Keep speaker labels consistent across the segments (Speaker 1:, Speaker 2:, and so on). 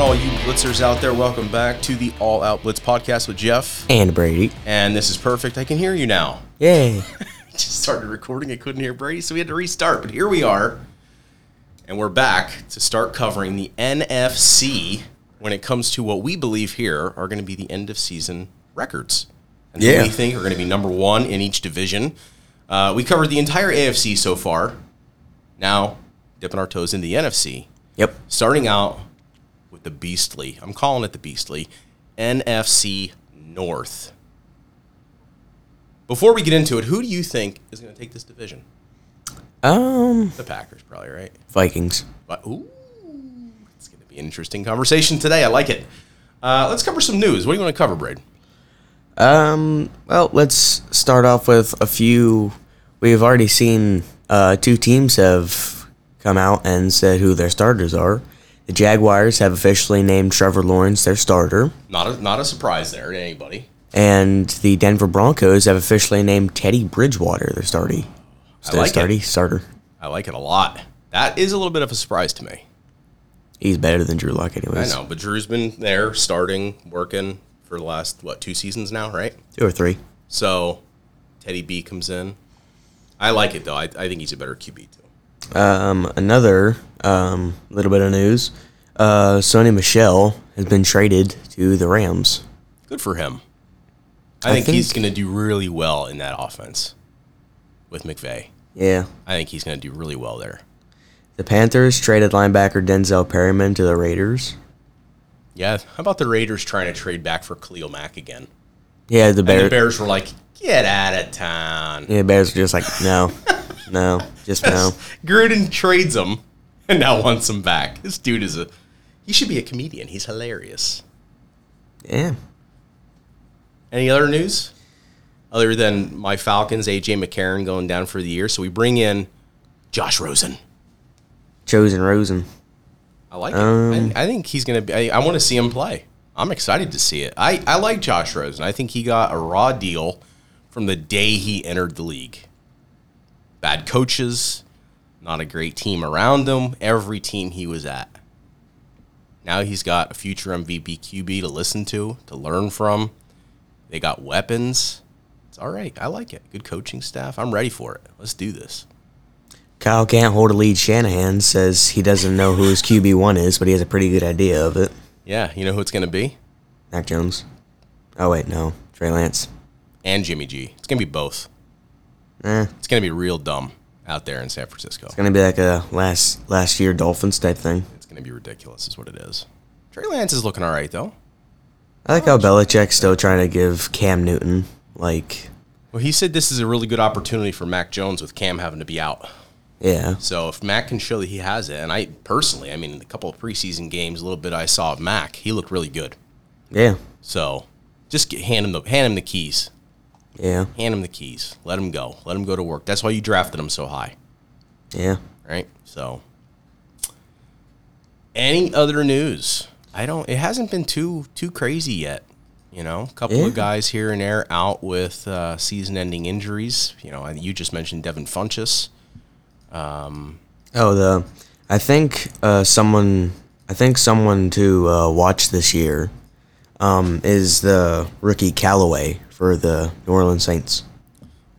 Speaker 1: Blitzers out there, welcome back to the All Out Blitz podcast with Jeff.
Speaker 2: and Brady.
Speaker 1: And this is perfect. I can hear you now.
Speaker 2: Yay.
Speaker 1: Just started recording, I couldn't hear Brady, so we had to restart. But here we are, and we're back to start covering the NFC when it comes to what we believe here are going to be the end of season records. And who
Speaker 2: Yeah.
Speaker 1: we think are going to be number one in each division. Uh, we covered the entire AFC so far. Now, dipping our toes in the NFC.
Speaker 2: Yep.
Speaker 1: starting out with the beastly. I'm calling it the beastly NFC North. Before we get into it, who do you think is going to take this division?
Speaker 2: Um,
Speaker 1: The Packers, probably, right?
Speaker 2: Vikings.
Speaker 1: But ooh, it's going to be an interesting conversation today. I like it. Uh, let's cover some news. What do you want to cover, Braid?
Speaker 2: Um, well, let's start off with a few. We've already seen uh, two teams have come out and said who their starters are. The Jaguars have officially named Trevor Lawrence their starter,
Speaker 1: Not a not a surprise there to anybody.
Speaker 2: and the Denver Broncos have officially named Teddy Bridgewater their starty. So
Speaker 1: like it.
Speaker 2: starty starter.
Speaker 1: I like it a lot. That is a little bit of a surprise to me.
Speaker 2: He's better than Drew Lock,
Speaker 1: I
Speaker 2: anyways.
Speaker 1: know, but Drew's been there, starting, working for the last what two seasons now, right?
Speaker 2: Two or three.
Speaker 1: So Teddy B comes in. I like it though. I, I think he's a better QB too.
Speaker 2: Um, another um, little bit of news: uh, Sonny Michelle has been traded to the Rams.
Speaker 1: Good for him. I,
Speaker 2: I
Speaker 1: think, he's
Speaker 2: think-
Speaker 1: going to do really well in that offense with McVay.
Speaker 2: Yeah,
Speaker 1: I think he's going to do really well there.
Speaker 2: the Panthers traded linebacker Denzel Perryman to the Raiders.
Speaker 1: Yeah. How about the Raiders trying to trade back for Khalil Mack again?
Speaker 2: Yeah, the
Speaker 1: And the
Speaker 2: Bears.
Speaker 1: Bears were like, get out of town.
Speaker 2: yeah, Bears are just like no, no, just no.
Speaker 1: Gruden trades him and now wants him back. This dude is a. He should be a comedian. He's hilarious.
Speaker 2: Yeah,
Speaker 1: Any other news other than my Falcons, AJ McCarron going down for the year? So we bring in Josh Rosen.
Speaker 2: chosen Rosen.
Speaker 1: I like
Speaker 2: Um,
Speaker 1: it. I, I think he's going to be, I, I want to see him play. I'm excited to see it. I, I like Josh Rosen. I think he got a raw deal from the day he entered the league. Bad coaches, not a great team around him, every team he was at. Now he's got a future MVP QB to listen to, to learn from. They got weapons. It's all right. I like it. Good coaching staff. I'm ready for it. Let's do this.
Speaker 2: Kyle can't hold a lead. Shanahan says he doesn't know who his QB one is, but he has a pretty good idea of it.
Speaker 1: Yeah, you know who it's going to be?
Speaker 2: Mac Jones. Oh wait, no, Trey Lance.
Speaker 1: And Jimmy G. It's going to be both.
Speaker 2: Eh,
Speaker 1: It's going to be real dumb out there in San Francisco.
Speaker 2: gonna be like a last last year Dolphins type thing.
Speaker 1: It's going to be ridiculous, is what it is. Trey Lance is looking all right, though.
Speaker 2: I like how Belichick's still trying to give Cam Newton like,
Speaker 1: Well, he said this is a really good opportunity for Mac Jones with Cam having to be out.
Speaker 2: yeah,
Speaker 1: So if Mac can show that he has it, and I personally, I mean, a couple of preseason games, a little bit I saw of Mac, he looked really good.
Speaker 2: yeah,
Speaker 1: So just get, hand him the hand him the keys,
Speaker 2: yeah,
Speaker 1: hand him the keys, let him go, let him go to work. That's why you drafted him so high,
Speaker 2: yeah.
Speaker 1: right? So any other news? I don't. It hasn't been too too crazy yet. You know, a couple
Speaker 2: Yeah.
Speaker 1: of guys here and there out with uh, season-ending injuries. You know, and you just mentioned Devin Funchess.
Speaker 2: Oh, the I think uh, someone I think someone to uh, watch this year um, is the rookie Callaway for the New Orleans Saints.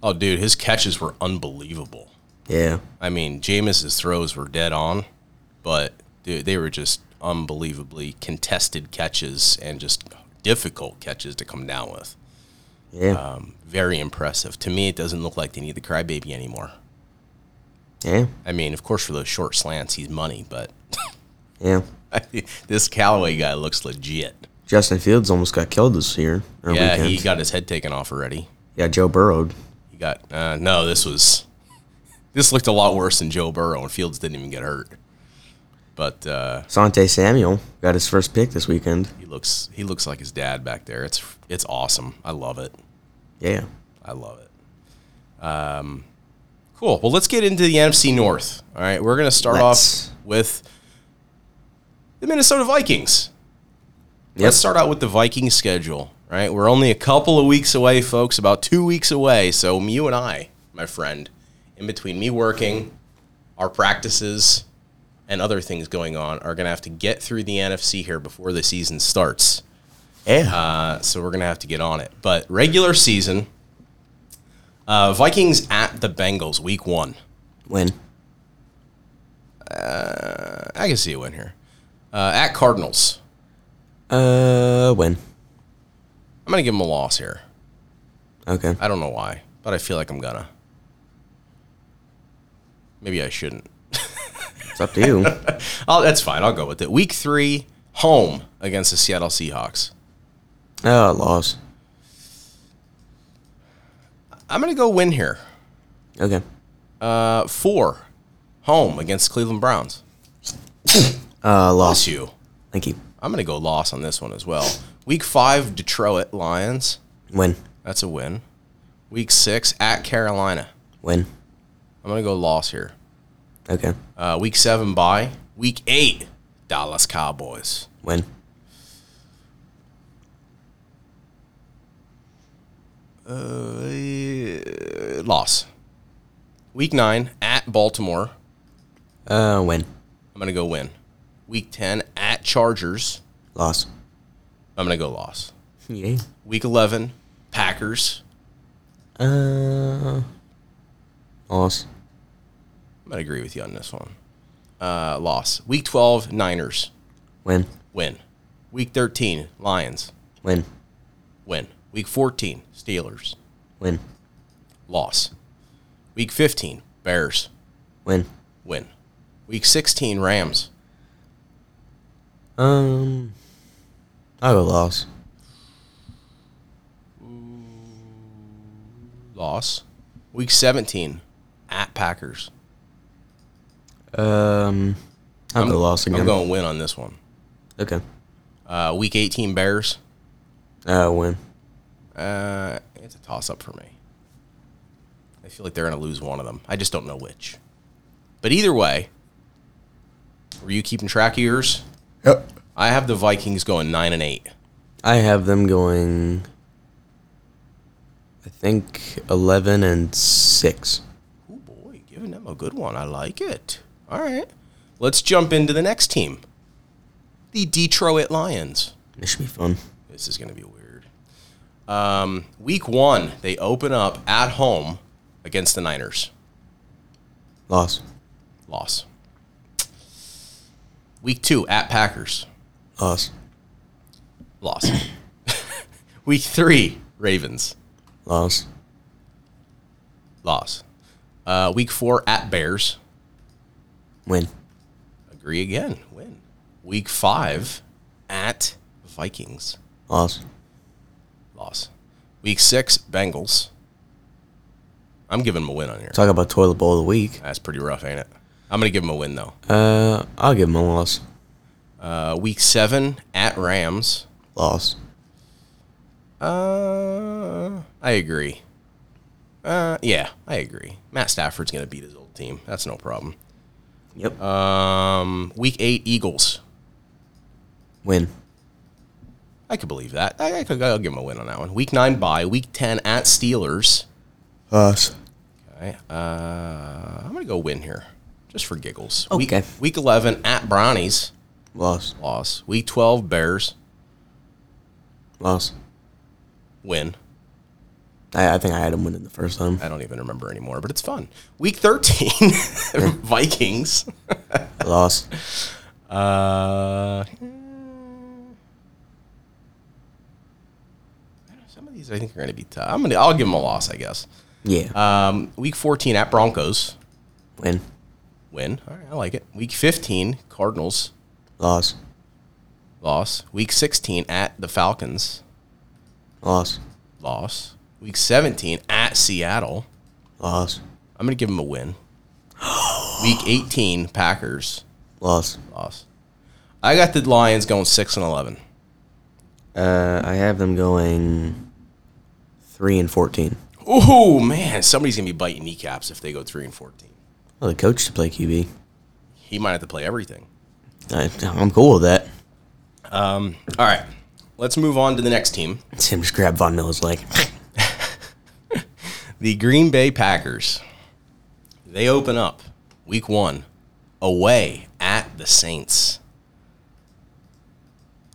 Speaker 1: Oh, dude, his catches were unbelievable.
Speaker 2: Yeah,
Speaker 1: I mean, Jameis's throws were dead on, but dude, they were just unbelievably contested catches and just difficult catches to come down with.
Speaker 2: yeah,
Speaker 1: Very impressive. To me, it doesn't look like they need the crybaby anymore.
Speaker 2: yeah,
Speaker 1: I mean, of course, for those short slants, he's money, but
Speaker 2: yeah.
Speaker 1: this Callaway guy looks legit.
Speaker 2: Justin Fields almost got killed this year. Or
Speaker 1: Yeah,
Speaker 2: weekend.
Speaker 1: he got his head taken off already.
Speaker 2: yeah, Joe Burrow.
Speaker 1: He got uh, no. This was this looked a lot worse than Joe Burrow, and Fields didn't even get hurt. But uh,
Speaker 2: Sante Samuel got his first pick this weekend.
Speaker 1: He looks he looks like his dad back there. It's it's awesome. I love it.
Speaker 2: Yeah,
Speaker 1: I love it. Um, cool. Well, let's get into the NFC North. All right, we're gonna start
Speaker 2: Let's.
Speaker 1: off with the Minnesota Vikings.
Speaker 2: Yep.
Speaker 1: Let's start out with the Vikings schedule. Right, we're only a couple of weeks away, folks. About two weeks away. So you and I, my friend, in between me working, our practices, and other things going on are going to have to get through the NFC here before the season starts.
Speaker 2: Yeah.
Speaker 1: Uh, so we're going to have to get on it. But regular season, uh, Vikings at the Bengals, week one.
Speaker 2: Win.
Speaker 1: I can see a win here. Uh, at Cardinals,
Speaker 2: Uh, win.
Speaker 1: I'm going to give them a loss here.
Speaker 2: Okay.
Speaker 1: I don't know why, but I feel like I'm gonna. Maybe I shouldn't.
Speaker 2: It's up to you.
Speaker 1: Oh, that's fine. I'll go with it. Week three, home against the Seattle Seahawks.
Speaker 2: oh, loss.
Speaker 1: I'm gonna go win here.
Speaker 2: Okay.
Speaker 1: Uh, four, home against Cleveland Browns.
Speaker 2: Uh, loss.
Speaker 1: Bless you.
Speaker 2: Thank you.
Speaker 1: I'm gonna go loss on this one as well. Week five, Detroit Lions.
Speaker 2: Win.
Speaker 1: That's a win. Week six at Carolina.
Speaker 2: Win.
Speaker 1: I'm gonna go loss here.
Speaker 2: Okay.
Speaker 1: Uh, week seven, bye. Week eight, Dallas Cowboys.
Speaker 2: Win.
Speaker 1: Uh, loss. Week nine at Baltimore.
Speaker 2: Uh, win.
Speaker 1: I'm gonna go win. Week ten at Chargers.
Speaker 2: Loss.
Speaker 1: I'm gonna go loss.
Speaker 2: Yay.
Speaker 1: Week eleven Packers.
Speaker 2: Uh, loss.
Speaker 1: I'm gonna agree with you on this one. Uh, loss. Week twelve Niners.
Speaker 2: Win.
Speaker 1: Win. Week thirteen Lions.
Speaker 2: Win.
Speaker 1: Win. Week fourteen Steelers.
Speaker 2: Win.
Speaker 1: Loss. Week fifteen Bears.
Speaker 2: Win.
Speaker 1: Win. Week sixteen Rams.
Speaker 2: Um, I'll go loss.
Speaker 1: Loss. Week seventeen at Packers.
Speaker 2: Um, I'll go loss again.
Speaker 1: I'm going win on this one.
Speaker 2: Okay.
Speaker 1: Uh, week 18 Bears.
Speaker 2: Uh, win.
Speaker 1: Uh, it's a toss up for me. I feel like they're going to lose one of them. I just don't know which. But either way, were you keeping track of yours?
Speaker 2: Yep.
Speaker 1: I have the Vikings going 9 and 8.
Speaker 2: I have them going. I think eleven and six.
Speaker 1: Oh boy, giving them a good one. I like it. All right. Let's jump into the next team the Detroit Lions.
Speaker 2: This should be fun.
Speaker 1: This is going to be weird. Um, week one, they open up at home against the Niners.
Speaker 2: Loss.
Speaker 1: Loss. Week two at Packers.
Speaker 2: Loss.
Speaker 1: Loss. Week three Ravens.
Speaker 2: Loss.
Speaker 1: Loss. Uh, week four at Bears.
Speaker 2: Win.
Speaker 1: Agree again. Win. Week five at Vikings.
Speaker 2: Loss.
Speaker 1: Loss. Week six Bengals. I'm giving them a win on here.
Speaker 2: Talk about toilet bowl of the week.
Speaker 1: That's pretty rough, ain't it? I'm gonna give them a win though.
Speaker 2: Uh, I'll give them a loss.
Speaker 1: Uh, week seven at Rams.
Speaker 2: Loss.
Speaker 1: Uh, I agree. Uh, yeah, I agree. Matt Stafford's gonna beat his old team. That's no problem.
Speaker 2: Yep.
Speaker 1: Um, week eight Eagles.
Speaker 2: Win.
Speaker 1: I could believe that. I, I could. I'll give him a win on that one. Week nine bye. Week ten at Steelers.
Speaker 2: Loss.
Speaker 1: Okay. Uh, I'm gonna go win here, just for giggles.
Speaker 2: Okay.
Speaker 1: Week, week eleven at Brownies.
Speaker 2: Loss.
Speaker 1: Loss. Week twelve Bears.
Speaker 2: Loss.
Speaker 1: Win.
Speaker 2: I, I think I had him winning the first time.
Speaker 1: I don't even remember anymore, but it's fun. Week thirteen Vikings.
Speaker 2: Loss.
Speaker 1: Uh, some of these I think are going to be tough. I'm gonna, I'll give them a loss, I guess.
Speaker 2: Yeah.
Speaker 1: Um, week 14 at Broncos,
Speaker 2: Win.
Speaker 1: win. All right, I like it. Week 15 Cardinals,
Speaker 2: Loss.
Speaker 1: loss. Week 16 at the Falcons,
Speaker 2: Loss.
Speaker 1: loss. Week 17 at Seattle.
Speaker 2: Loss.
Speaker 1: I'm going to give them a win. Week 18 Packers,
Speaker 2: Loss.
Speaker 1: loss. I got the Lions going six and 11.
Speaker 2: Uh, I have them going three and fourteen.
Speaker 1: Oh man, somebody's gonna be biting kneecaps if they go three and fourteen.
Speaker 2: Well, the coach to play QB.
Speaker 1: He might have to play everything.
Speaker 2: I, I'm cool with that.
Speaker 1: All right, let's move on to the next team,
Speaker 2: Tim just grabbed Von Miller's leg.
Speaker 1: the Green Bay Packers. They open up Week One away at at the Saints.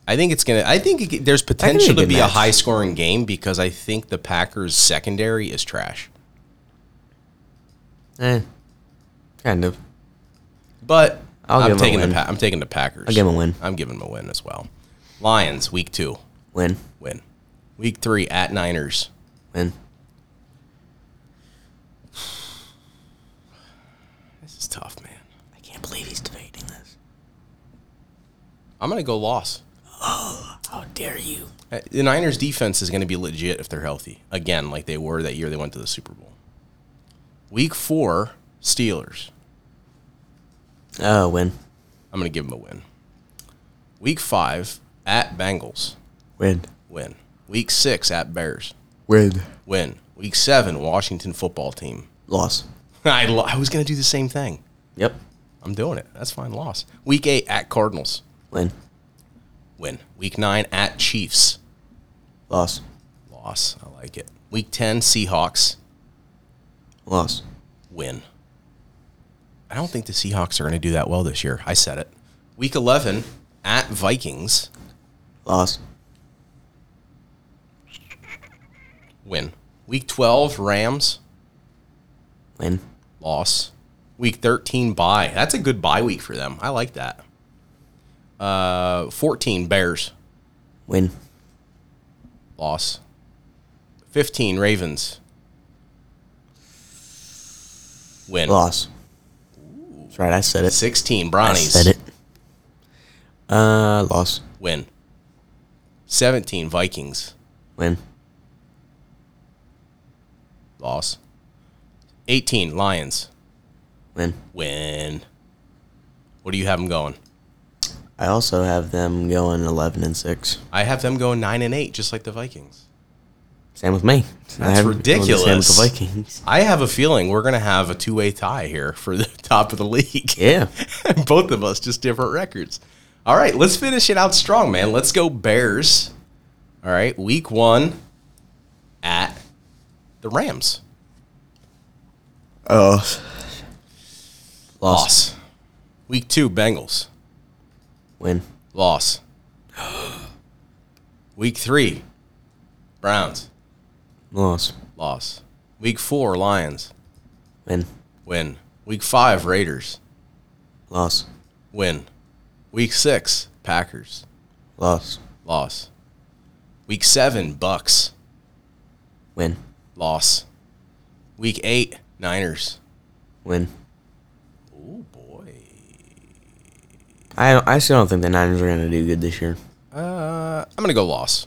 Speaker 1: I think it's gonna. I think it, there's potential to
Speaker 2: good
Speaker 1: be a
Speaker 2: match.
Speaker 1: high scoring game because I think the Packers secondary is trash.
Speaker 2: Eh, kind of.
Speaker 1: But
Speaker 2: I'll
Speaker 1: i
Speaker 2: give
Speaker 1: am
Speaker 2: 'em a
Speaker 1: taking the
Speaker 2: win.
Speaker 1: pa- I'm taking the Packers.
Speaker 2: I'll give 'em a win.
Speaker 1: I'm giving them a win as well. Lions week two
Speaker 2: Win,
Speaker 1: win. Week three at Niners.
Speaker 2: win.
Speaker 1: This is tough, man.
Speaker 2: I can't believe he's debating this.
Speaker 1: I'm gonna go loss.
Speaker 2: How dare you?
Speaker 1: Uh, The Niners defense is gonna be legit if they're healthy again, like they were that year they went to the Super Bowl. Week four Steelers.
Speaker 2: Oh, win,
Speaker 1: I'm gonna give them a win. Week five at Bengals
Speaker 2: win,
Speaker 1: win. Week six at Bears
Speaker 2: win.
Speaker 1: win. Week seven Washington football team.
Speaker 2: Loss.
Speaker 1: I, lo- I was gonna do the same thing.
Speaker 2: Yep.
Speaker 1: I'm doing it. That's fine. Loss. Week eight at Cardinals.
Speaker 2: Win,
Speaker 1: Win. Week nine at Chiefs.
Speaker 2: loss,
Speaker 1: Loss. I like it. Week ten Seahawks.
Speaker 2: loss.
Speaker 1: Win. I don't think the Seahawks are going to do that well this year. I said it. Week eleven at Vikings.
Speaker 2: Loss.
Speaker 1: Win. Week twelve Rams.
Speaker 2: Win.
Speaker 1: Loss. Week thirteen bye. That's a good bye week for them. I like that. Uh, fourteen Bears.
Speaker 2: Win.
Speaker 1: Loss. Fifteen Ravens. Win.
Speaker 2: Loss. That's right. I said it.
Speaker 1: 16
Speaker 2: I
Speaker 1: Brownies.
Speaker 2: said it. Uh, loss.
Speaker 1: Win. 17 Vikings.
Speaker 2: Win.
Speaker 1: Loss. 18 Lions.
Speaker 2: Win.
Speaker 1: Win. What do you have them going?
Speaker 2: I also have them going eleven and six.
Speaker 1: I have them going 9 and 8, just like the Vikings.
Speaker 2: Same with me. I
Speaker 1: That's
Speaker 2: have them going the Same with
Speaker 1: ridiculous.
Speaker 2: the Vikings.
Speaker 1: I have a feeling we're going to have a two way tie here for the top of the league.
Speaker 2: Yeah.
Speaker 1: Both of us, just different records. All right, let's finish it out strong, man. Let's go Bears. All right, week one at the Rams.
Speaker 2: Oh. Loss.
Speaker 1: Loss. Week two, Bengals.
Speaker 2: Win.
Speaker 1: Loss. Week three, Browns.
Speaker 2: Loss.
Speaker 1: Loss. Week four, Lions.
Speaker 2: Win.
Speaker 1: Win. Week five, Raiders.
Speaker 2: Loss.
Speaker 1: Win. Week six, Packers.
Speaker 2: Loss.
Speaker 1: Loss. Week seven, Bucks.
Speaker 2: Win.
Speaker 1: Loss. Week eight, Niners.
Speaker 2: Win.
Speaker 1: Oh boy.
Speaker 2: I I still don't think the Niners are gonna do good this year.
Speaker 1: Uh, I'm gonna go loss.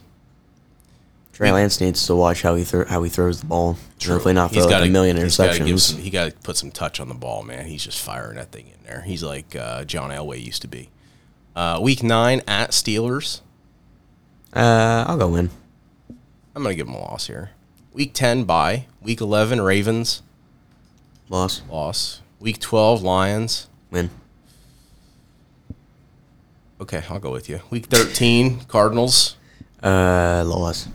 Speaker 2: Trey Lance needs to watch how he thro- how he throws the ball. Hopefully not throw
Speaker 1: He's
Speaker 2: like
Speaker 1: gotta-
Speaker 2: a million
Speaker 1: he's gotta give
Speaker 2: interceptions.
Speaker 1: some- he got to put some touch on the ball, man. He's just firing that thing in there. He's like uh, John Elway used to be. Uh, week nine at Steelers.
Speaker 2: Uh, I'll go win.
Speaker 1: I'm gonna give him a loss here. Week ten bye. Week eleven Ravens
Speaker 2: Loss.
Speaker 1: loss. Week twelve Lions.
Speaker 2: Win.
Speaker 1: Okay, I'll go with you. Week thirteen Cardinals
Speaker 2: Uh, loss.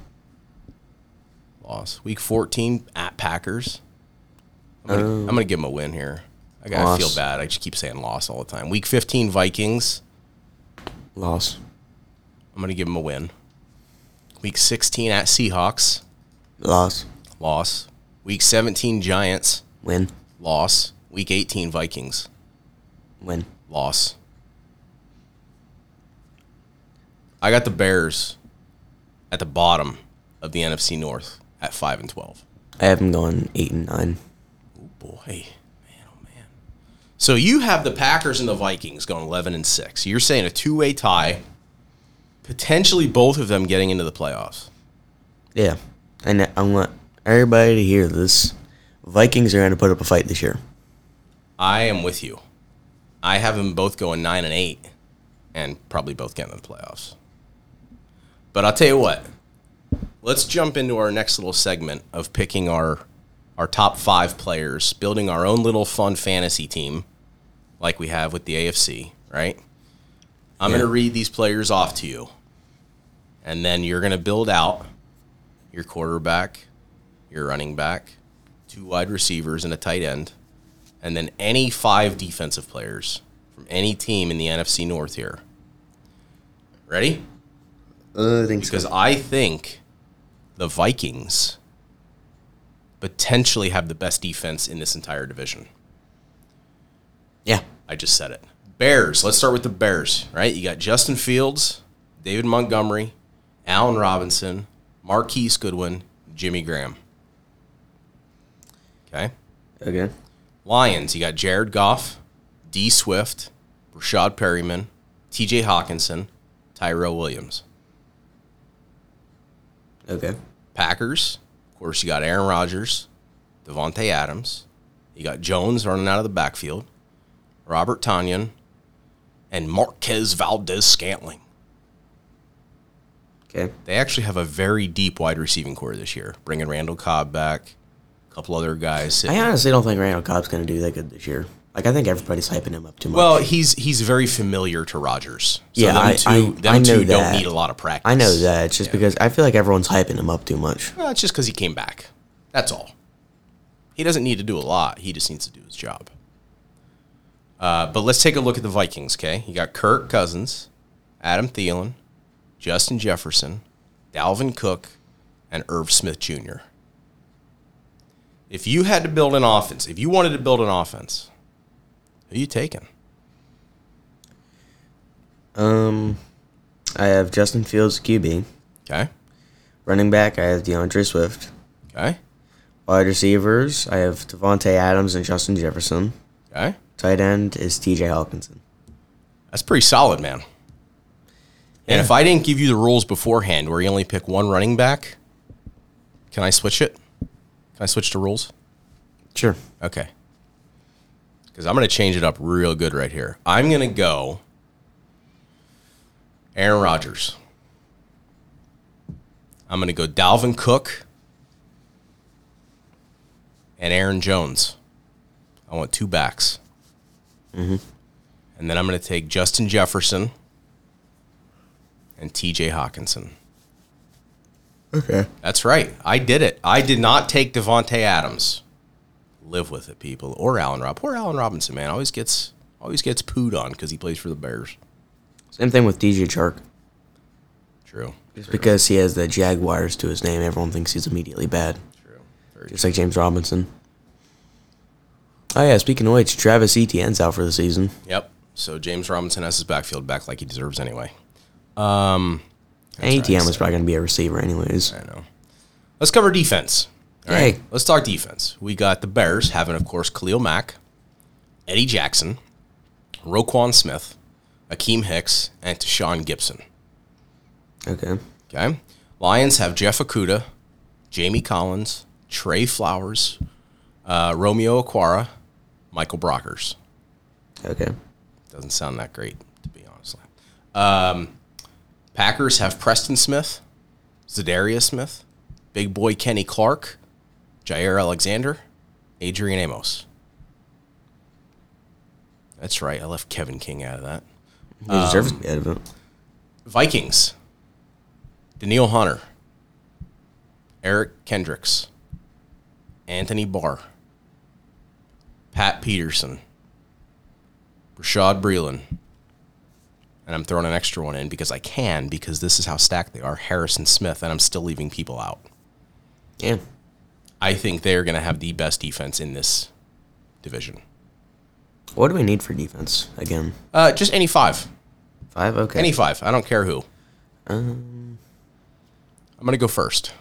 Speaker 1: loss. Week fourteen at Packers. I'm gonna, I'm gonna give him a win here. I gotta
Speaker 2: Loss.
Speaker 1: feel bad. I just keep saying loss all the time. Week fifteen Vikings.
Speaker 2: Loss.
Speaker 1: I'm gonna give him a win. Week 16 at Seahawks,
Speaker 2: Loss.
Speaker 1: loss. Week 17 Giants,
Speaker 2: Win.
Speaker 1: loss. Week 18 Vikings,
Speaker 2: Win.
Speaker 1: loss. I got the Bears at the bottom of the NFC North at 5 and 12.
Speaker 2: I have them going eight and nine.
Speaker 1: Oh boy, man, oh man. So you have the Packers and the Vikings going 11 and 6. You're saying a two-way tie, potentially both of them getting into the playoffs.
Speaker 2: Yeah, and I want everybody to hear this. Vikings are going to put up a fight this year.
Speaker 1: I am with you. I have them both going nine and eight, and probably both getting to the playoffs. But I'll tell you what. Let's jump into our next little segment of picking our our top five players, building our own little fun fantasy team, like we have with the AFC. Right? I'm going
Speaker 2: Yeah.
Speaker 1: to read these players off to you, and then you're going to build out your quarterback, your running back, two wide receivers, and a tight end and then any five defensive players from any team in the NFC North here. Ready?
Speaker 2: Uh, I think so.
Speaker 1: Because I think the Vikings potentially have the best defense in this entire division.
Speaker 2: Yeah.
Speaker 1: I just said it. Bears. Let's start with the Bears, right? You got Justin Fields, David Montgomery, Allen Robinson, Marquise Goodwin, Jimmy Graham. Okay.
Speaker 2: Okay.
Speaker 1: Lions, you got Jared Goff, D Swift, Rashad Perryman, TJ Hawkinson, Tyrell Williams.
Speaker 2: Okay.
Speaker 1: Packers, of course, you got Aaron Rodgers, Devontae Adams. You got Jones running out of the backfield, Robert Tanyan, and Marquez Valdez Scantling.
Speaker 2: Okay.
Speaker 1: They actually have a very deep wide receiving core this year, bringing Randall Cobb back, a couple other guys. sitting-
Speaker 2: I honestly don't think Randall Cobb's going to do that good this year. Like, I think everybody's hyping him up too much.
Speaker 1: Well, he's he's very familiar to Rodgers. So
Speaker 2: Yeah,
Speaker 1: them
Speaker 2: I-
Speaker 1: two,
Speaker 2: I-
Speaker 1: them
Speaker 2: I know
Speaker 1: two don't
Speaker 2: that.
Speaker 1: need a lot of practice.
Speaker 2: I know that. It's just because I feel like everyone's hyping him up too much.
Speaker 1: Well, it's just because he came back. That's all. He doesn't need to do a lot. He just needs to do his job. Uh, but let's take a look at the Vikings. Okay, you got Kirk Cousins, Adam Thielen, Justin Jefferson, Dalvin Cook, and Irv Smith Jr. If you had to build an offense, if you wanted to build an offense, who you taking?
Speaker 2: Um, I have Justin Fields QB,
Speaker 1: Okay,
Speaker 2: running back. I have DeAndre Swift,
Speaker 1: okay,
Speaker 2: wide receivers. I have Devontae Adams and Justin Jefferson.
Speaker 1: okay.
Speaker 2: Tight end is T.J. Hawkinson.
Speaker 1: That's pretty solid, man. And if I didn't give you the rules beforehand where you only pick one running back, can I switch it? Can I switch the rules?
Speaker 2: Sure.
Speaker 1: Okay. Because I'm going to change it up real good right here. I'm going to go Aaron Rodgers. I'm going to go Dalvin Cook and Aaron Jones. I want two backs. And then I'm going to take Justin Jefferson and TJ Hawkinson.
Speaker 2: Okay.
Speaker 1: That's right. I did it. I did not take Devonte Adams. Live with it, people. Or Allen Rob. Poor Allen Robinson, man. Always gets always gets pooed on because he plays for the Bears.
Speaker 2: Same thing with DJ Chark.
Speaker 1: True.
Speaker 2: Just because he has the Jaguars to his name, everyone thinks he's immediately bad.
Speaker 1: True. Very
Speaker 2: Just like James Robinson. Oh yeah, speaking of which, Travis Etienne's out for the season.
Speaker 1: Yep. So James Robinson has his backfield back like he deserves anyway.
Speaker 2: And Etienne was probably gonna be a receiver anyways.
Speaker 1: I know. Let's cover defense. All right.
Speaker 2: Hey.
Speaker 1: Let's talk defense. We got the Bears having, of course, Khalil Mack, Eddie Jackson, Roquan Smith, Akeem Hicks, and Tashawn Gibson.
Speaker 2: Okay.
Speaker 1: Okay. Lions have Jeff Okuda, Jamie Collins, Trey Flowers, uh, Romeo Aquara, Michael Brockers.
Speaker 2: Okay.
Speaker 1: Doesn't sound that great, to be honest. Um, Packers have Preston Smith, Zadarius Smith, Big Boy Kenny Clark, Jair Alexander, Adrian Amos. That's right. I left Kevin King out of that.
Speaker 2: He
Speaker 1: Um,
Speaker 2: deserves to be out of it.
Speaker 1: Vikings. Daniil Hunter. Eric Kendricks. Anthony Barr. Pat Peterson. Rashad Breeland. And I'm throwing an extra one in because I can, because this is how stacked they are. Harrison Smith, and I'm still leaving people out.
Speaker 2: Yeah.
Speaker 1: I think they're going to have the best defense in this division.
Speaker 2: What do we need for defense again?
Speaker 1: Uh, just any five.
Speaker 2: Five. Okay. Uh,
Speaker 1: Any five. I don't care who. I'm going to go first.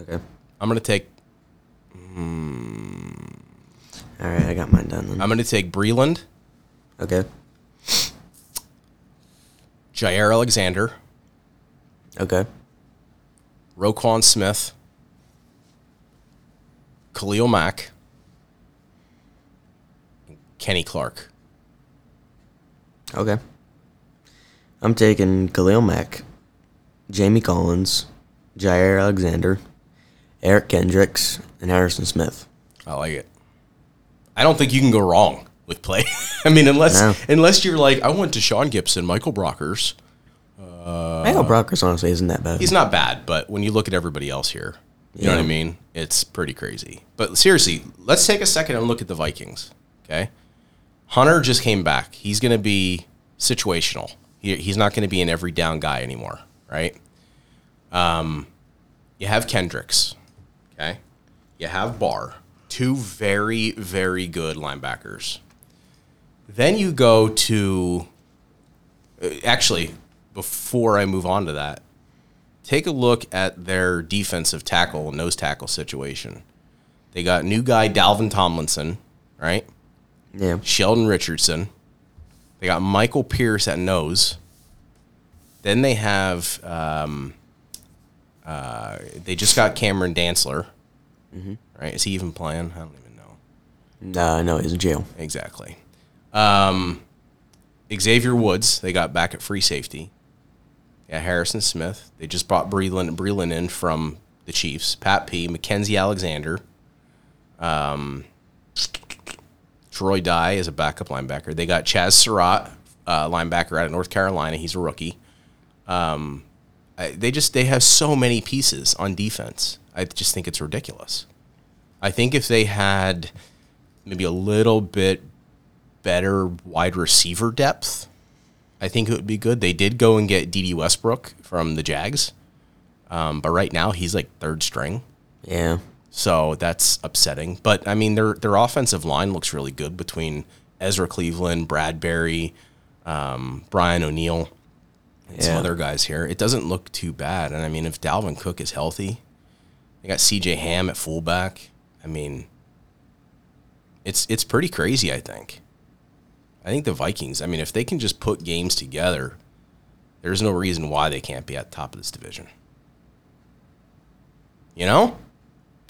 Speaker 2: okay.
Speaker 1: I'm going to take
Speaker 2: All right, I got mine done then.
Speaker 1: I'm going to take Breland,
Speaker 2: Okay.
Speaker 1: Jair Alexander,
Speaker 2: Okay.
Speaker 1: Roquan Smith, Khalil Mack, and Kenny Clark.
Speaker 2: Okay. I'm taking Khalil Mack, Jamie Collins, Jair Alexander, Eric Kendricks, and Harrison Smith.
Speaker 1: I like it. I don't think you can go wrong with play. I mean, unless
Speaker 2: No.
Speaker 1: unless you're like, I want Deshaun Gibson, Michael Brockers.
Speaker 2: Michael Brockers honestly isn't that bad.
Speaker 1: Uh, He's not bad, but when you look at everybody else here, you know what I
Speaker 2: Yeah.
Speaker 1: mean? It's pretty crazy. But seriously, let's take a second and look at the Vikings. Okay. Hunter just came back. He's going to be situational. He, he's not going to be an every down guy anymore, right? Um, you have Kendricks, okay? You have Barr, two very, very good linebackers. Then you go to, uh, actually, before I move on to that, take a look at their defensive tackle and nose tackle situation. They got new guy Dalvin Tomlinson, right?
Speaker 2: Yeah.
Speaker 1: Sheldon Richardson. They got Michael Pierce at nose. Then they have um, uh, they just got Cameron Dantzler. Right? Is he even playing? I don't even know
Speaker 2: No, no, he's in jail.
Speaker 1: exactly. Um, Xavier Woods they got back at free safety. Yeah, Harrison Smith. They just brought Breland Breland in from the Chiefs. Pat P. Mackenzie Alexander. Um, Troy Dye is a backup linebacker. They got Chaz Surratt, uh, linebacker out of North Carolina. He's a rookie. Um, I, they just they have so many pieces on defense. I just think it's ridiculous. I think if they had maybe a little bit better wide receiver depth, I think it would be good. They did go and get D.D. Westbrook from the Jags, um, but right now he's like third string.
Speaker 2: Yeah.
Speaker 1: So that's upsetting. But I mean, their their offensive line looks really good between Ezra Cleveland, Bradbury, um, Brian O'Neill, and some
Speaker 2: Yeah.
Speaker 1: other guys here. It doesn't look too bad. And I mean, if Dalvin Cook is healthy, they got C.J. Ham at fullback. I mean, it's it's pretty crazy. I think. I think the Vikings. I mean, if they can just put games together, there's no reason why they can't be at the top of this division. You know.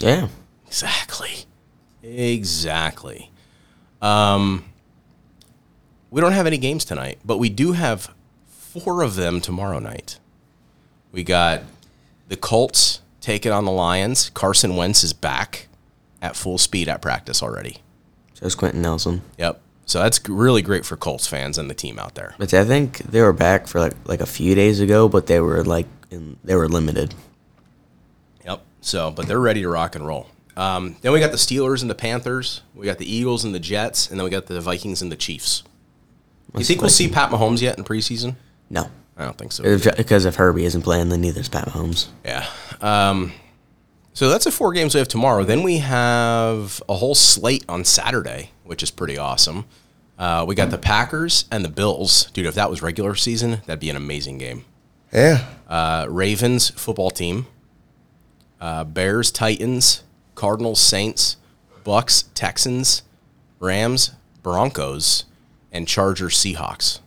Speaker 2: Yeah.
Speaker 1: Exactly. Exactly. Um, we don't have any games tonight, but we do have four of them tomorrow night. We got the Colts taking on the Lions. Carson Wentz is back at full speed at practice already.
Speaker 2: So it's Quentin Nelson.
Speaker 1: Yep. So that's g- really great for Colts fans and the team out there.
Speaker 2: But I think they were back for like like a few days ago, but they were like in, they were limited.
Speaker 1: Yep. So, but they're ready to rock and roll. Um, then we got the Steelers and the Panthers. We got the Eagles and the Jets, and then we got the Vikings and the Chiefs. You think we'll see Pat Mahomes yet in preseason?
Speaker 2: No,
Speaker 1: I don't think so.
Speaker 2: If- because if Herbie isn't playing, then neither's Pat Mahomes.
Speaker 1: Yeah. Um, so that's the four games we have tomorrow. Then we have a whole slate on Saturday, which is pretty awesome. Uh, we got the Packers and the Bills. Dude, if that was regular season, that'd be an amazing game.
Speaker 2: Yeah.
Speaker 1: Uh, Ravens football team, uh, Bears, Titans, Cardinals, Saints, Bucks, Texans, Rams, Broncos, and Chargers, Seahawks.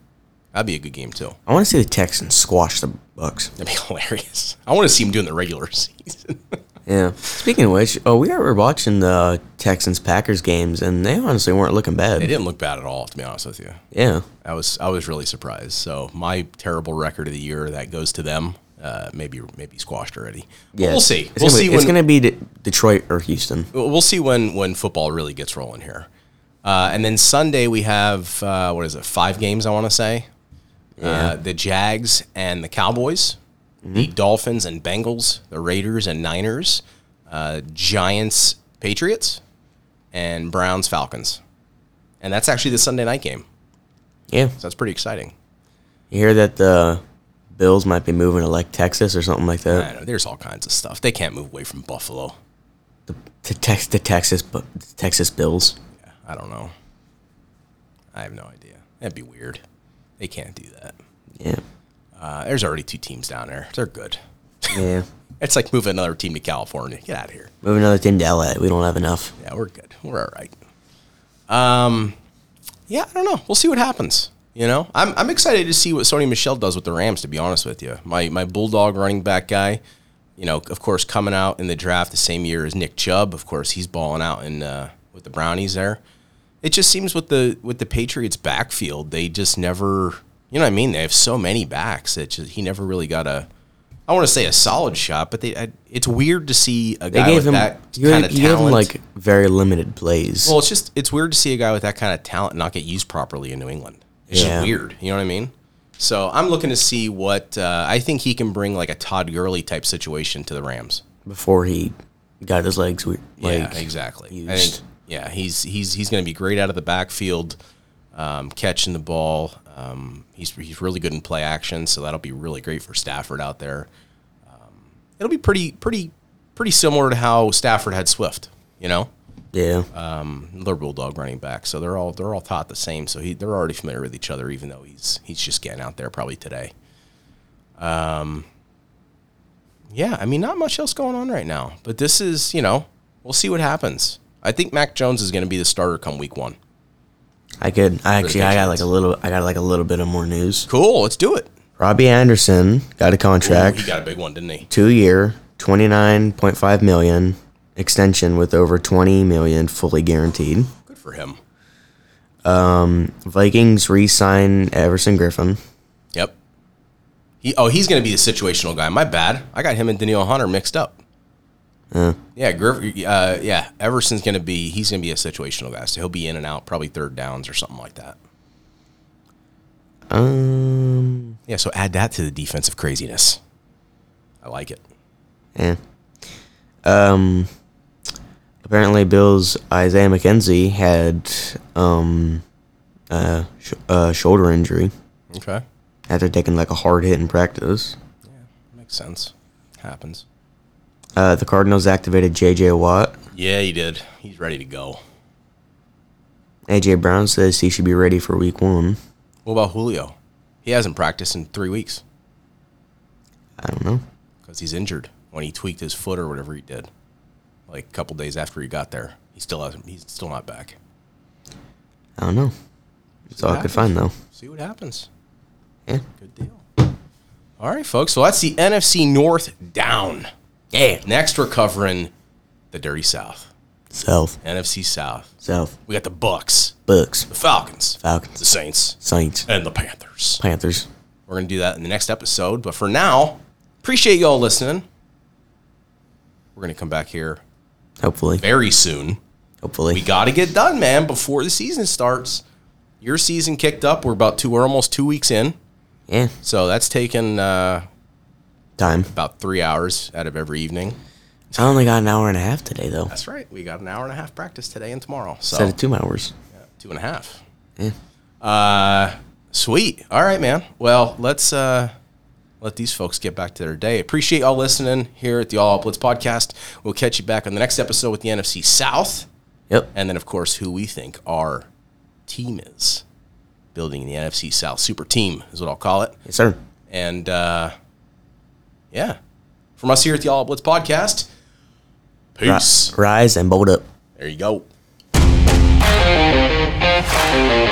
Speaker 1: That'd be a good game, too.
Speaker 2: I want to see the Texans squash the Bucks.
Speaker 1: That'd be hilarious. I want to see them doing the regular season.
Speaker 2: Yeah. Speaking of which, oh, we were watching the Texans Packers games, and they honestly weren't looking bad.
Speaker 1: It didn't look bad at all, to be honest with you.
Speaker 2: Yeah.
Speaker 1: I was I was really surprised. So my terrible record of the year that goes to them, uh, maybe maybe squashed already. But
Speaker 2: Yeah.
Speaker 1: We'll see.
Speaker 2: It's
Speaker 1: we'll
Speaker 2: gonna
Speaker 1: see.
Speaker 2: be, it's
Speaker 1: when,
Speaker 2: going to be De- Detroit or Houston.
Speaker 1: we'll see when when football really gets rolling here. Uh, and then Sunday we have uh, what is it? Five games I want to say. Uh, the Jags and the Cowboys,
Speaker 2: Mm-hmm.
Speaker 1: the Dolphins and Bengals, the Raiders and Niners, uh, Giants, Patriots, and Browns, Falcons. And that's actually the Sunday night game.
Speaker 2: Yeah.
Speaker 1: So that's pretty exciting.
Speaker 2: You hear that the Bills might be moving to like Texas or something like
Speaker 1: I
Speaker 2: that.
Speaker 1: know there's all kinds of stuff. They can't move away from Buffalo.
Speaker 2: To Tex the Texas Bu- the Texas Bills.
Speaker 1: Yeah, I don't know. I have no idea. That'd be weird. They can't do that.
Speaker 2: Yeah.
Speaker 1: Uh, there's already two teams down there. They're good.
Speaker 2: Yeah.
Speaker 1: It's like moving another team to California. Get out of here.
Speaker 2: Move another team to LA. We don't have enough.
Speaker 1: Yeah, we're good. We're all right. Um, yeah, I don't know. We'll see what happens. You know, I'm I'm excited to see what Sony Michelle does with the Rams. To be honest with you, my my bulldog running back guy, you know, of course, coming out in the draft the same year as Nick Chubb. Of course, he's balling out in uh, with the Brownies there. It just seems with the with the Patriots backfield, they just never, you know, what I mean, they have so many backs that just, he never really got a. I want to say a solid shot, but they I, it's weird to see a
Speaker 2: They
Speaker 1: guy
Speaker 2: gave
Speaker 1: with
Speaker 2: him
Speaker 1: that
Speaker 2: you gave-
Speaker 1: kind of
Speaker 2: you gave him
Speaker 1: talent.
Speaker 2: like very limited plays.
Speaker 1: Well, it's just it's weird to see a guy with that kind of talent not get used properly in New England. It's
Speaker 2: Yeah.
Speaker 1: just weird. You know what I mean? So I'm looking to see what uh, I think he can bring, like a Todd Gurley type situation to the Rams.
Speaker 2: before he got his legs weird. Like,
Speaker 1: yeah, exactly. I
Speaker 2: used.
Speaker 1: think, yeah, he's he's he's going to be great out of the backfield. um, catching the ball. Um, he's he's really good in play action, so that'll be really great for Stafford out there. Um, it'll be pretty pretty pretty similar to how Stafford had Swift, you know,
Speaker 2: Yeah.
Speaker 1: Uh, their bulldog running back. So they're all they're all taught the same. So he, they're already familiar with each other, even though he's he's just getting out there probably today. Um, yeah, I mean, not much else going on right now, but this is you know we'll see what happens. I think Mac Jones is going to be the starter come week one.
Speaker 2: I could. I actually. I got like
Speaker 1: Patriots.
Speaker 2: a little. I got like a little bit of more news.
Speaker 1: Cool, let's do it.
Speaker 2: Robbie Anderson got a
Speaker 1: Ooh,
Speaker 2: contract.
Speaker 1: he got a big one, didn't he?
Speaker 2: two year, twenty nine point five million extension with over twenty million fully guaranteed.
Speaker 1: Good for him.
Speaker 2: Vikings re-sign Everson Griffin.
Speaker 1: Yep. He oh he's gonna be the situational guy. My bad. I got him and Daniel Hunter mixed up. Yeah, Griff, uh, yeah. Everson's gonna be he's gonna be a situational guy, so he'll be in and out, probably third downs or something like that.
Speaker 2: Um.
Speaker 1: Yeah, so add that to the defensive craziness. I like it.
Speaker 2: Yeah. eh. Um. Apparently, Bill's Isaiah McKenzie had um a, sh- a shoulder injury
Speaker 1: Okay,
Speaker 2: after taking like a hard hit in practice.
Speaker 1: makes sense. Happens.
Speaker 2: Uh, the Cardinals activated J.J. Watt.
Speaker 1: Yeah, he did. He's ready to go.
Speaker 2: A.J. Brown says he should be ready for Week One.
Speaker 1: What about Julio? He hasn't practiced in three weeks
Speaker 2: I don't know.
Speaker 1: because he's injured when he tweaked his foot or whatever he did, like a couple days after he got there. He still hasn't. He's still not back.
Speaker 2: I don't know. That's all I could find though.
Speaker 1: See what happens.
Speaker 2: Yeah.
Speaker 1: Good deal. All right, folks. So that's the NFC North down.
Speaker 2: Yeah.
Speaker 1: Next, we're covering the Dirty South,
Speaker 2: South.
Speaker 1: NFC South.
Speaker 2: South.
Speaker 1: We got the Bucks,
Speaker 2: Bucks.
Speaker 1: the Falcons,
Speaker 2: Falcons.
Speaker 1: the Saints,
Speaker 2: Saints.
Speaker 1: and the Panthers.
Speaker 2: Panthers.
Speaker 1: We're gonna do that in the next episode. But for now, appreciate y'all listening. We're gonna come back here
Speaker 2: Hopefully.
Speaker 1: very soon.
Speaker 2: Hopefully.
Speaker 1: We got to get done, man, before the season starts. Your season kicked up. We're about two. We're almost two weeks in.
Speaker 2: yeah.
Speaker 1: So that's taken uh,
Speaker 2: Time.
Speaker 1: about three hours out of every evening.
Speaker 2: I only got an hour and a half today though.
Speaker 1: That's right. We got an hour and a half practice today and tomorrow.
Speaker 2: Instead
Speaker 1: So
Speaker 2: of two hours.
Speaker 1: two and a half. Uh, sweet. All right, man. Well, let's uh, let these folks get back to their day. Appreciate y'all listening here at the All Out Blitz podcast. We'll catch you back on the next episode with the NFC South,
Speaker 2: Yep.
Speaker 1: and then of course who we think our team is. Building the NFC South super team is what I'll call it.
Speaker 2: Yes, sir.
Speaker 1: And uh, yeah, from us here at the All Out Blitz podcast.
Speaker 2: Ri-
Speaker 1: Peace.
Speaker 2: Rise and bolt up.
Speaker 1: There you go.